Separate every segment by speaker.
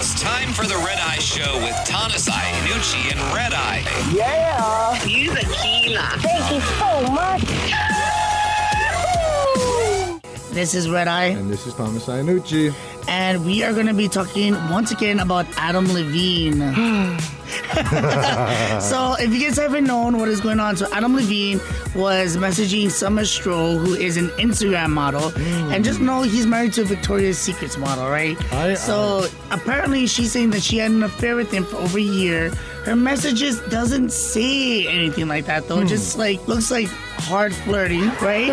Speaker 1: Time for the Red Eye Show with Tanasai, Nucci, and Red Eye.
Speaker 2: Yeah.
Speaker 3: You're a killer.
Speaker 2: Thank you
Speaker 3: Oh
Speaker 2: so much. This is Red Eye,
Speaker 4: And this is Thomas Iannucci.
Speaker 2: and we are going to be talking once again about Adam Levine. so, if you guys haven't known what is going on, so Adam Levine was messaging Summer Stroh, who is an Instagram model, and just know he's married to a Victoria's Secrets model, right?
Speaker 4: I-
Speaker 2: so, apparently, she's saying that she had an affair with him for over a year. Her messages doesn't say anything like that,
Speaker 4: Hmm.
Speaker 2: though. It Just like looks like hard flirting, right?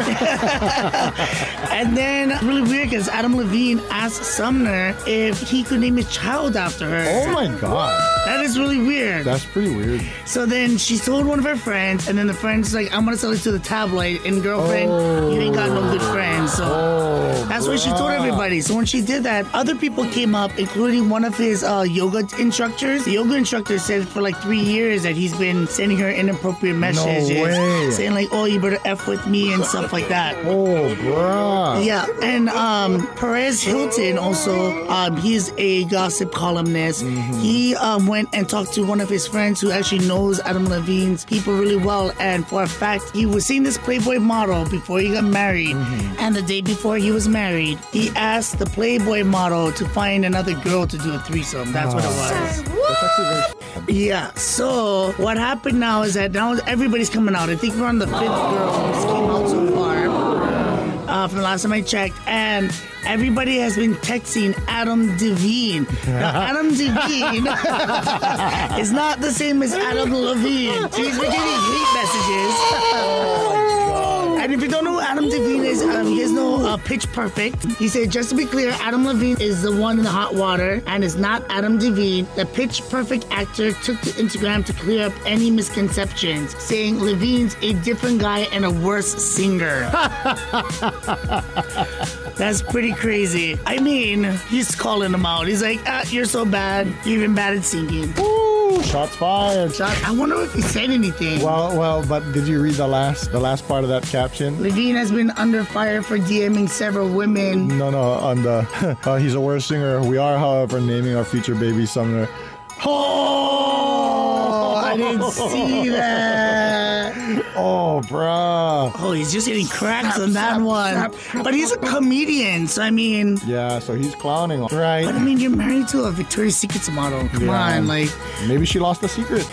Speaker 2: And then, really weird, because Adam Levine asked Sumner if he could name a child after her.
Speaker 4: Oh my god.
Speaker 2: That is really weird.
Speaker 4: That's pretty weird.
Speaker 2: so then she told one of her friends, and then the friend's like, I'm going to sell it to the tabloid. And girlfriend,
Speaker 4: Oh.
Speaker 2: you ain't got no good friends. So
Speaker 4: Oh.
Speaker 2: that's what she told
Speaker 4: bruh.
Speaker 2: everybody. So when she did that, other people came up, including one of his uh, yoga instructors. The yoga instructor said for like three years that he's been sending her inappropriate messages.
Speaker 4: way.
Speaker 2: Saying like, oh, you better F with me and stuff like that.
Speaker 4: Oh, bruh.
Speaker 2: Yeah, and um, Perez Hilton also, um, he's a gossip columnist. He um, went and talked to one of his friends who actually knows Adam Levine's people really well. And for a fact, he was seeing this Playboy model before he got married. And the day before he was married, he asked the Playboy model to find another girl to do a threesome. That's what it was.
Speaker 4: That's actually very-
Speaker 2: Yeah, so what happened now is that now everybody's coming out. I think we're on the fifth girl who's came out so far. Uh, from the last time I checked, and everybody has been texting Adam Devine. Now, Adam Devine is not the same as Adam Levine. She's been getting hate messages. And if you don't know who Adam Devine is, um, he has no uh, Pitch Perfect. He said, just to be clear, Adam Levine is the one in the hot water and is not Adam Devine. The Pitch Perfect actor took to Instagram to clear up any misconceptions, saying Levine's a different guy and a worse singer. That's pretty crazy. I mean, he's calling him out. He's like, ah, you're so bad. You're even bad at singing.
Speaker 4: Ooh, shots fired.
Speaker 2: John, I wonder if he said anything.
Speaker 4: Well, well, but did you read the last the last part of that caption?
Speaker 2: Levine has been under fire for DMing several women.
Speaker 4: No, no, on the uh, he's a worse singer. We are, however, naming our future baby Sumner.
Speaker 2: Oh,
Speaker 4: Oh,
Speaker 2: I didn't see that.
Speaker 4: Oh, bruh.
Speaker 2: Oh, he's just getting cracks on that one. But he's a comedian, so I mean,
Speaker 4: Yeah, so he's clowning,
Speaker 2: but I
Speaker 4: right?
Speaker 2: mean, you're married to a Victoria's Secrets model. Come
Speaker 4: Yeah.
Speaker 2: on, like,
Speaker 4: Maybe she lost the secret.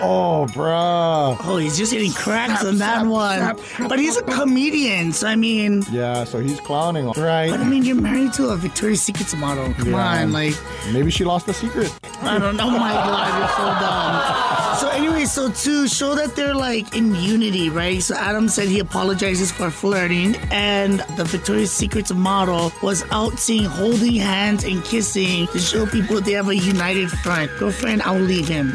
Speaker 4: Oh, bruh.
Speaker 2: oh, he's just getting cracks on that one. But he's a comedian, so I mean,
Speaker 4: Yeah, so he's clowning,
Speaker 2: but I
Speaker 4: right?
Speaker 2: mean, you're married to a Victoria's Secrets model. Come
Speaker 4: Yeah.
Speaker 2: on, like.
Speaker 4: Maybe she lost the secret.
Speaker 2: I don't know. Oh my god, you're so dumb. So anyway, so to show that they're like in unity, right? So Adam said he apologizes for flirting, and the Victoria's Secrets model was out seeing holding hands and kissing to show people they have a united front. Girlfriend, I'll leave him.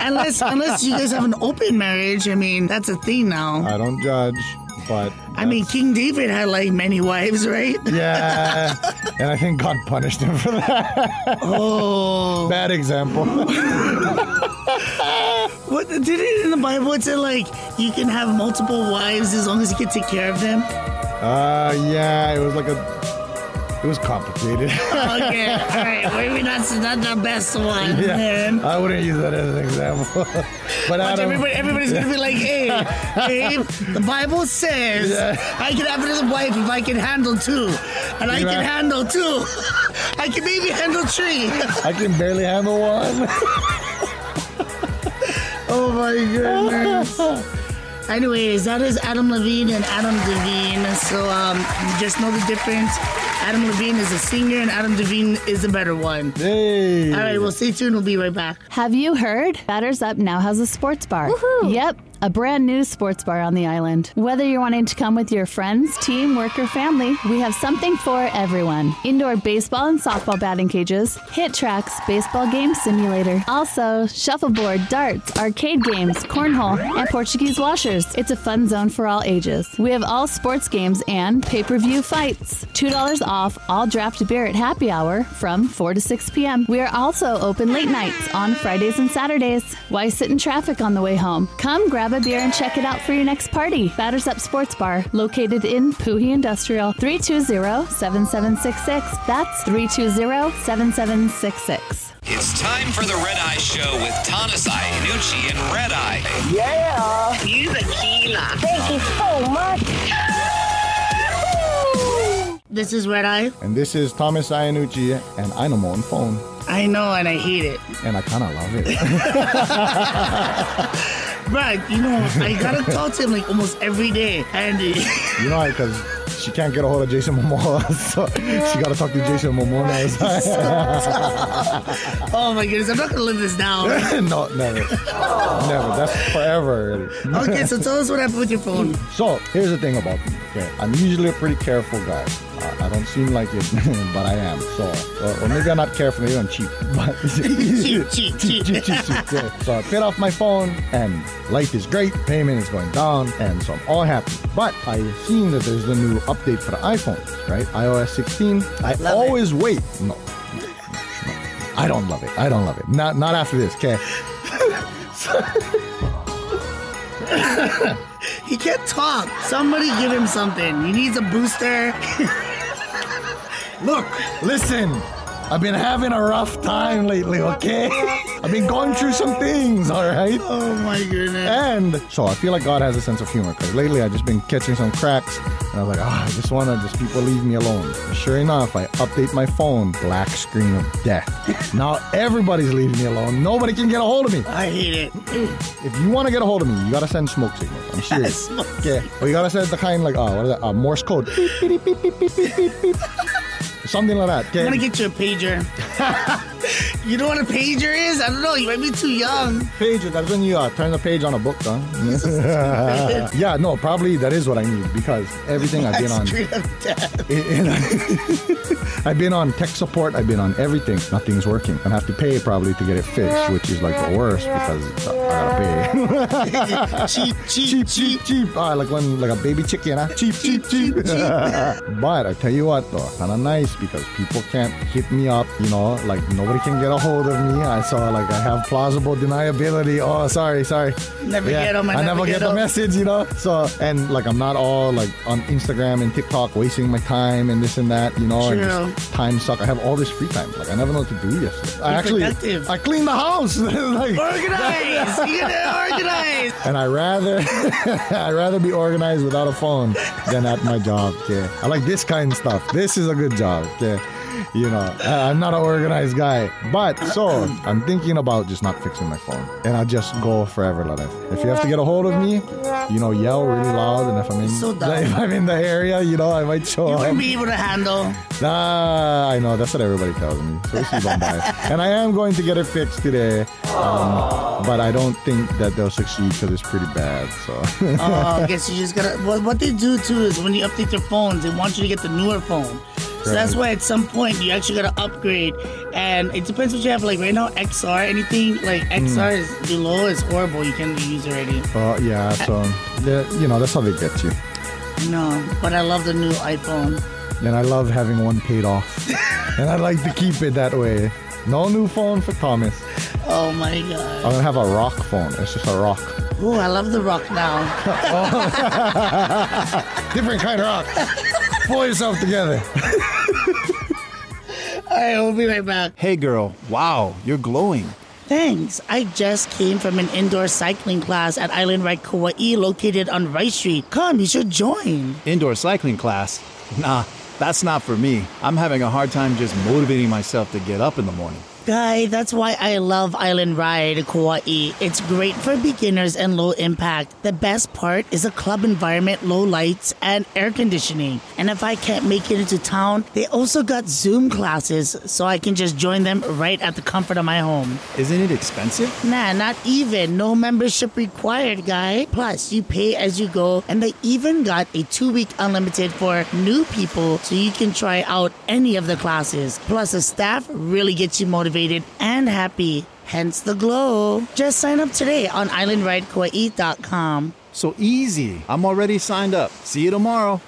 Speaker 2: unless unless you guys have an open marriage, I mean that's a thing now.
Speaker 4: I don't judge, but
Speaker 2: I mean, King David had like many wives, right?
Speaker 4: yeah, and I think God punished him for that.
Speaker 2: Oh,
Speaker 4: Bad example.
Speaker 2: what did it in the Bible? It said like you can have multiple wives as long as you can take care of them.
Speaker 4: Uh, yeah, it was like a, it was complicated.
Speaker 2: okay, all right. Maybe that's not the best one.
Speaker 4: yeah,
Speaker 2: Then.
Speaker 4: I wouldn't use that as an example. but
Speaker 2: Watch
Speaker 4: Adam,
Speaker 2: everybody, everybody's gonna be like, "Hey, babe, the Bible says I can have another wife if I can handle two, and I can
Speaker 4: Right.
Speaker 2: handle two. I can maybe handle three.
Speaker 4: I can barely handle one.
Speaker 2: oh my goodness." Anyways, that is Adam Levine and Adam Devine. So um, just know the difference. Adam Levine is a singer, and Adam Devine is the better one.
Speaker 4: hey.
Speaker 2: All right, well, stay tuned. We'll be right back.
Speaker 5: Have you heard? Batters Up now has a sports bar. Yep, a brand new sports bar on the island. Whether you're wanting to come with your friends, team, work, or family, we have something for everyone. Indoor baseball and softball batting cages, hit tracks, baseball game simulator. Also, shuffleboard, darts, arcade games, cornhole, and Portuguese washers. It's a fun zone for all ages. We have all sports games and pay-per-view fights. $2 off all draft beer at happy hour from 4 to 6 p.m. We are also open late nights on Fridays and Saturdays. Why sit in traffic on the way home? Come grab grab a beer and check it out for your next party. Batters Up Sports Bar, located in Poohee Industrial, 320-7766. That's 320-7766.
Speaker 1: It's time for the Red Eye Show with Tanasai, Nucci, and Red Eye.
Speaker 3: Yeah.
Speaker 6: Use a Kila.
Speaker 3: Thank you so much.
Speaker 2: This is Red Eye.
Speaker 4: And this is Thomas Iannucci and Dynamo on phone.
Speaker 2: I know and I hate it.
Speaker 4: And I kind of love it.
Speaker 2: Bruh, you know, I gotta talk to him like almost every day. And
Speaker 4: you know, because she can't get a hold of Jason Momoa, so she got to talk to Jason Momoa now. It's like-
Speaker 2: oh my goodness, I'm not gonna live this down.
Speaker 4: no, never. never. That's forever already.
Speaker 2: Okay, so tell us what happened with your phone.
Speaker 4: So here's the thing about me. Okay, I'm usually a pretty careful guy. I, I don't seem like it, but I am. So, or, or maybe I'm not careful. Maybe I'm cheap. But
Speaker 2: Cheap, cheap, cheap.
Speaker 4: cheap, cheap. Yeah. So I paid off my phone, and life is great. Payment is going down, and so I'm all happy. But I seen that there's the new update for the iPhone, right? iOS 16. I always wait. No, I don't love it. I don't love it. Not not after this. Okay.
Speaker 2: He can't talk. Somebody give him something. He needs a booster. Oh
Speaker 4: Look, listen. I've been having a rough time lately, okay? I've been going through some things, all right?
Speaker 2: Oh my goodness.
Speaker 4: And so I feel like God has a sense of humor because lately I've just been catching some cracks and I was like, ah, I just want to just people leave me alone. And sure enough, I update my phone, black screen of death. now everybody's leaving me alone. Nobody can get a hold of me.
Speaker 2: I hate it.
Speaker 4: If you want to get a hold of me, you gotta send smoke signals. I'm serious.
Speaker 2: Smoke
Speaker 4: yeah, or you gotta send the kind like, oh, what is that? Uh, Morse code. Beep, beep, beep, beep, beep, beep, beep, beep. Something like that. Okay.
Speaker 2: I'm gonna get you a pager. you know what a pager is? I don't know. You might be too young.
Speaker 4: page. That's when you uh, turn the page on a book, huh? yeah, no, probably that is what I need because everything I've been on,
Speaker 2: Street of death.
Speaker 4: I've been on tech support, I've been on everything. Nothing's working. I have to pay probably to get it fixed, which is like the worst because I gotta pay.
Speaker 2: Cheap, cheap, cheap.
Speaker 4: cheap, cheap, cheap. Uh, like when like a baby chicken, huh? Cheap, cheap, cheap. but I tell you what, though, kind of nice because people can't hit me up. You know, like nobody can get a hold of me. I saw like I have plausible deniability. Oh, sorry, sorry.
Speaker 2: Never get 'em, I
Speaker 4: I
Speaker 2: never
Speaker 4: never
Speaker 2: get
Speaker 4: get the
Speaker 2: 'em.
Speaker 4: message. You know. So and like I'm not all like on Instagram and TikTok wasting my time and this and that. You know, and
Speaker 2: True.
Speaker 4: just time suck. I have all this free time. Like I never know what to do yesterday. I
Speaker 2: Be
Speaker 4: actually
Speaker 2: productive.
Speaker 4: I cleaned the house. like,
Speaker 2: Organize. you gotta organize.
Speaker 4: and I rather I rather be organized without a phone than at my job. Okay, I like this kind of stuff. This is a good job. Okay, you know I- I'm not an organized guy, but so I'm thinking about just not fixing my phone, and I just go forever like that. If you have to get a hold of me, you know yell really loud, and if I'm in
Speaker 2: So dumb.
Speaker 4: if I'm in the area, you know I might show
Speaker 2: You
Speaker 4: up.
Speaker 2: wouldn't be able to handle.
Speaker 4: Nah, I know that's what everybody tells me. So this is Bombay, and I am going to get it fixed today, um, but I don't think that they'll succeed because it's pretty bad. So.
Speaker 2: Oh, I guess you just gotta. What, what they do too is when you update your phones, they want you to get the newer phone. So that's
Speaker 4: Right.
Speaker 2: why at some point you actually gotta upgrade. And it depends what you have. Like right now, XR, anything like XR is below is horrible. You can't use already.
Speaker 4: Oh yeah, so the- you know that's how they get you.
Speaker 2: No, but I love the new iPhone.
Speaker 4: And I love having one paid off, and I like to keep it that way. No new phone for Thomas.
Speaker 2: Oh my god.
Speaker 4: I'm gonna have a rock phone. It's just a rock,
Speaker 2: Ooh, I love the rock now.
Speaker 4: different kind of rock. Pull yourself together.
Speaker 2: All right, we'll be right back.
Speaker 7: Hey girl, wow, you're glowing.
Speaker 2: Thanks. I just came from an indoor cycling class at Island Ride Kauai, located on Rice Street. Come, you should join.
Speaker 7: Indoor cycling class? Nah, that's not for me. I'm having a hard time just motivating myself to get up in the morning.
Speaker 2: Guy, that's why I love Island Ride Kauai. It's great for beginners and low impact. The best part is a club environment, low lights, and air conditioning. And if I can't make it into town, they also got Zoom classes, so I can just join them right at the comfort of my home.
Speaker 7: Isn't it expensive?
Speaker 2: Nah, not even. No membership required, guy. Plus, you pay as you go, and they even got a two week unlimited for new people so you can try out any of the classes. Plus, the staff really gets you motivated and happy, hence the glow. Just sign up today on islandridekauai.com.
Speaker 7: So easy. I'm already signed up. See you tomorrow.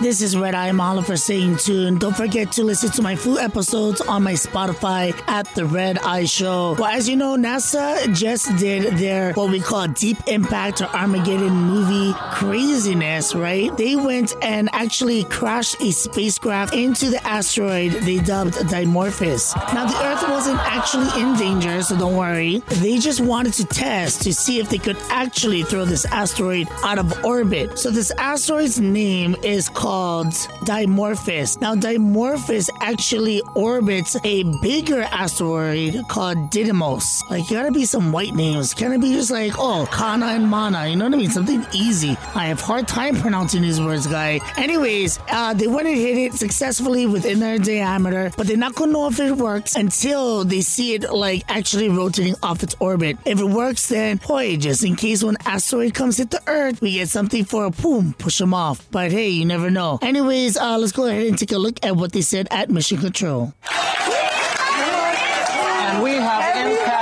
Speaker 2: This is Red Eye Mahalo for staying tuned. Don't forget to listen to my full episodes on my Spotify at The Red Eye Show. Well, as you know, NASA just did their what we call Deep Impact or Armageddon movie craziness, right? They went and actually crashed a spacecraft into the asteroid they dubbed Dimorphos. Now, the Earth wasn't actually in danger, so don't worry. They just wanted to test to see if they could actually throw this asteroid out of orbit. So, this asteroid's name is called Dimorphos. Now, Dimorphos actually orbits a bigger asteroid called Didymos. Like, you gotta be some white names. Can it be just like, oh, Kana and Mana? You know what I mean? Something easy. I have hard time pronouncing these words, guy. Anyways, uh, they went and hit it successfully within their diameter, but they're not gonna know if it works until they see it like actually rotating off its orbit. If it works, then boy, just in case when asteroid comes hit the Earth, we get something for a boom, push them off. But hey, you never know. Anyways, uh, let's go ahead and take a look at what they said at Mission Control.
Speaker 6: and we have
Speaker 3: Every
Speaker 6: impact.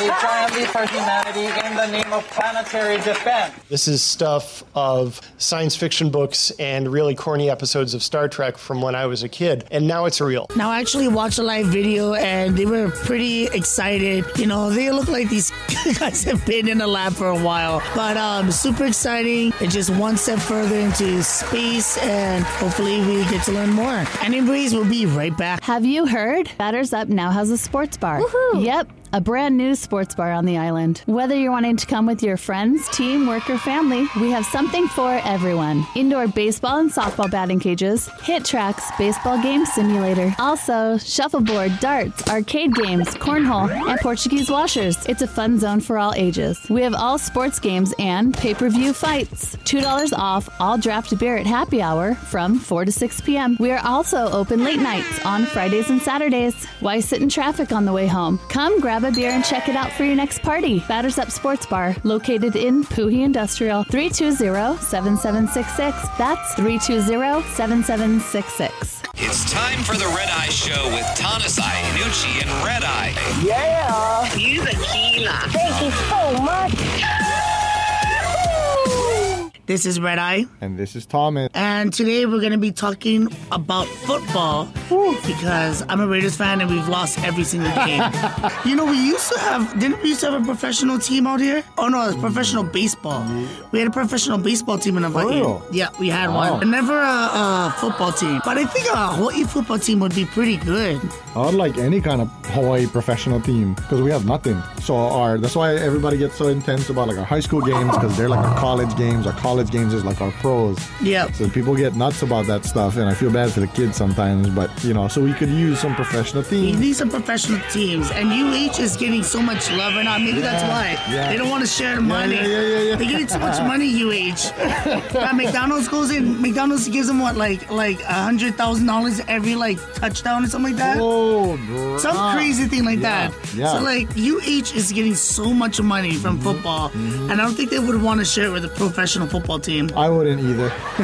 Speaker 6: a triumph for humanity in the name of planetary defense.
Speaker 8: This is stuff of science fiction books and really corny episodes of Star Trek from when I was a kid, and now it's real.
Speaker 2: Now, I actually watched a live video and they were pretty excited. You know, they look like these guys have been in the lab for a while, but um, super exciting. It's just one step further into space, and hopefully, we get to learn more. Anyways, we'll be right back.
Speaker 5: Have you heard? Batters Up now has a sports bar. Yep. A brand new sports bar on the island. Whether you're wanting to come with your friends, team, work, or family, we have something for everyone. Indoor baseball and softball batting cages, hit tracks, baseball game simulator. Also, shuffleboard, darts, arcade games, cornhole, and Portuguese washers. It's a fun zone for all ages. We have all sports games and pay per view fights. $2 off all draft beer at happy hour from 4 to 6 p.m. We are also open late nights on Fridays and Saturdays. Why sit in traffic on the way home? Come grab a beer and check it out for your next party. Batters Up Sports Bar, located in Puhi Industrial, 320 7766. That's 320 7766.
Speaker 1: It's time for the Red Eye Show with Tanasai, Nucci, and Red Eye.
Speaker 3: Yeah.
Speaker 9: Use a kila.
Speaker 3: Thank you so much. Woo-hoo.
Speaker 2: This is Red Eye,
Speaker 4: And this is Thomas.
Speaker 2: and today we're going to be talking about football because I'm a Raiders fan and we've lost every single game. you know, we used to have, didn't we used to have a professional team out here? Oh no, it was professional baseball. We had a professional baseball team in Hawaii.
Speaker 4: real?
Speaker 2: Yeah, we had
Speaker 4: Wow.
Speaker 2: one. Never a, a football team, but I think a Hawaii football team would be pretty good.
Speaker 4: I would like any kind of Hawaii professional team because we have nothing. So our that's why everybody gets so intense about like our high school games because they're like our college games. Our college games is like our pros.
Speaker 2: Yep.
Speaker 4: So people get nuts about that stuff, and I feel bad for the kids sometimes. But you know, so we could use some professional
Speaker 2: We
Speaker 4: teams.
Speaker 2: need some professional teams, and UH is getting so much love right now. Maybe that's
Speaker 4: Yeah,
Speaker 2: why
Speaker 4: yeah.
Speaker 2: they don't want to share the money.
Speaker 4: yeah, yeah, yeah.
Speaker 2: They're getting too much money. UH. now, McDonald's goes in. McDonald's gives them what, like, like a hundred thousand dollars every like touchdown or something like that.
Speaker 4: Oh, bro.
Speaker 2: Some crazy thing like
Speaker 4: Yeah,
Speaker 2: that.
Speaker 4: yeah. Mm-hmm.
Speaker 2: So like UH is getting so much money from football, and I don't think they would want to share it with a professional football team.
Speaker 4: I wouldn't either.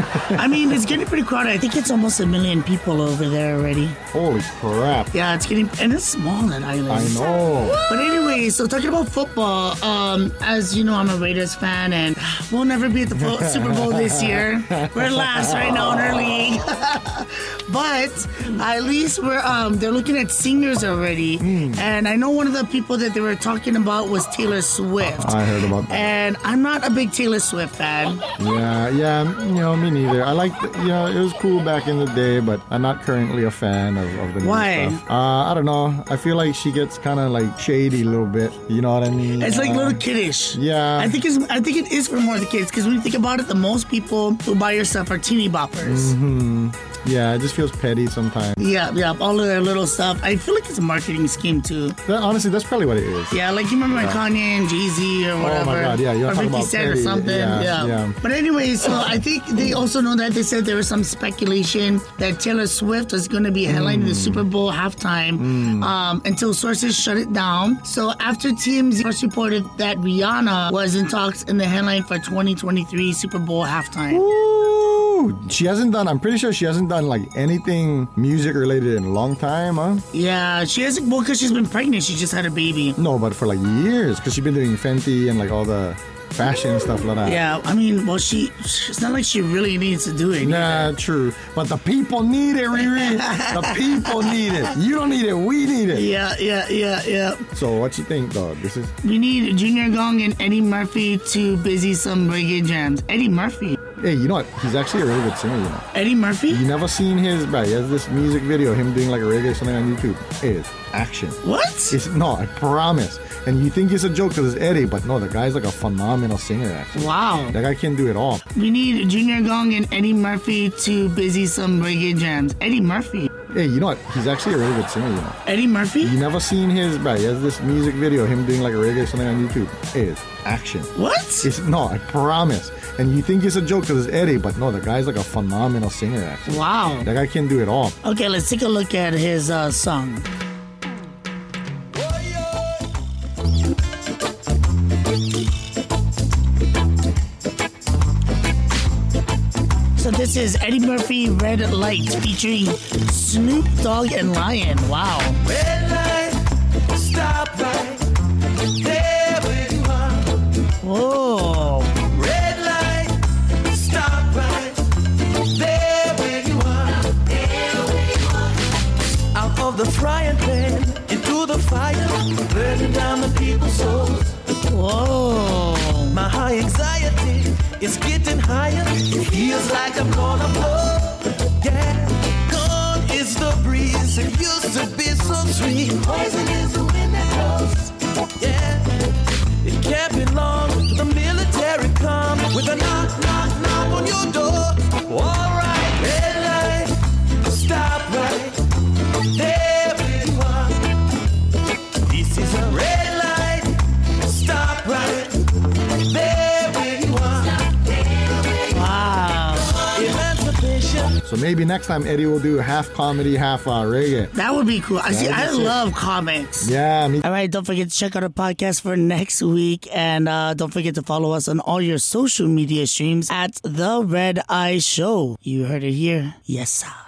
Speaker 2: I mean, it's getting pretty crowded. I think it's almost a million people over there already.
Speaker 4: Holy crap!
Speaker 2: Yeah, it's getting and it's small that island.
Speaker 4: I know.
Speaker 2: But anyway, so talking about football, um, as you know, I'm a Raiders fan, and we'll never be at the Bo- Super Bowl this year. We're last right now in our league, but at least we're um, they're looking at singers already. And I know one of the people that they were talking about was Taylor Swift.
Speaker 4: I heard about that.
Speaker 2: And I'm not a big Taylor Swift fan.
Speaker 4: Yeah, yeah, m- you know, me neither. I like, you know, it was cool back in the day, but I'm not currently a fan of, of the new
Speaker 2: Why?
Speaker 4: stuff. Uh, I don't know. I feel like she gets kind of like shady a little bit. You know what I mean?
Speaker 2: It's like
Speaker 4: Uh,
Speaker 2: little kiddish.
Speaker 4: yeah.
Speaker 2: I think it's I think it is for more of the kids because when you think about it, the most people who buy your stuff are teeny boppers.
Speaker 4: Uh, Yeah, it just feels petty sometimes.
Speaker 2: Yeah, yeah, all of their little stuff. I feel like it's a marketing scheme too.
Speaker 4: That, honestly, that's probably what it is.
Speaker 2: Yeah, like you remember when Kanye and Jay Z or
Speaker 4: Oh my
Speaker 2: whatever.
Speaker 4: God, yeah, you're
Speaker 2: or
Speaker 4: talking
Speaker 2: 50
Speaker 4: about
Speaker 2: Cent or
Speaker 4: Petty,
Speaker 2: something.
Speaker 4: yeah,
Speaker 2: Yeah,
Speaker 4: yeah.
Speaker 2: But anyway, so I think they also know that they said there was some speculation that Taylor Swift was going to be headlining
Speaker 4: Mm.
Speaker 2: the Super Bowl halftime um, until sources shut it down. So after TMZ first reported that Rihanna was in talks in the headline for 2023 Super Bowl halftime.
Speaker 4: Ooh, she hasn't done, I'm pretty sure she hasn't done like anything music related in a long time, huh?
Speaker 2: Yeah, she hasn't, well, because she's been pregnant. She just had a baby.
Speaker 4: No, but for like years, because she's been doing Fenty and like all the fashion and stuff like that.
Speaker 2: Yeah, I mean, well, she. It's not like she really needs to do it.
Speaker 4: Nah, true. But the people need it, Riri. the people need it. You don't need it. We need it.
Speaker 2: Yeah, yeah, yeah, yeah.
Speaker 4: So what you think, dog? This is
Speaker 2: We need Junior Gong and Eddie Murphy to busy some reggae jams. Eddie Murphy.
Speaker 4: hey, you know what? He's actually a really good singer. You know,
Speaker 2: Eddie Murphy?
Speaker 4: you never seen his? Right, he has this music video, him doing like a reggae or something on YouTube. Hey, it's action.
Speaker 2: What?
Speaker 4: It's no, I promise. And you think it's a joke because it's Eddie, but no, the guy's like a phenomenal singer. Actually,
Speaker 2: Wow.
Speaker 4: that guy can do it all.
Speaker 2: We need Junior Gong and Eddie Murphy to busy some reggae jams. Eddie Murphy.
Speaker 4: Hey, you know what? He's actually a really good singer. You know,
Speaker 2: Eddie Murphy?
Speaker 4: you never seen his? Right, he has this music video, him doing like a reggae or something on YouTube. Hey, it's action.
Speaker 2: What?
Speaker 4: It's no, I promise. And you think it's a joke because it's Eddie, but no, the guy's like a phenomenal singer. Actually,
Speaker 2: Wow.
Speaker 4: that guy can do it all.
Speaker 2: Okay, let's take a look at his uh, song. So this is Eddie Murphy Red Light featuring Snoop Dogg and Lion. Wow. Whoa.
Speaker 9: Out of the frying pan into the fire, burning down the people's souls.
Speaker 2: Whoa.
Speaker 9: My high anxiety is getting higher. It feels like I'm gonna blow. Yeah, gone is the breeze. It used to be so sweet. Poison is the wind that blows. Yeah, it can't be long. The military come with a knock, knock, knock on your door. All right, red light, stop right there where you are. This is a red light, stop right there where you are.
Speaker 2: Wow.
Speaker 9: Emancipation.
Speaker 4: So maybe next time Eddie will do half comedy, half uh, reggae.
Speaker 2: That would be cool. I see.
Speaker 4: would be
Speaker 2: I
Speaker 4: sick.
Speaker 2: love comics.
Speaker 4: Yeah, me.
Speaker 2: All right, don't forget to check out our podcast for next week. And uh, don't forget to follow us on all your social media streams at The Red Eye Show. You heard it here. Yes, sir.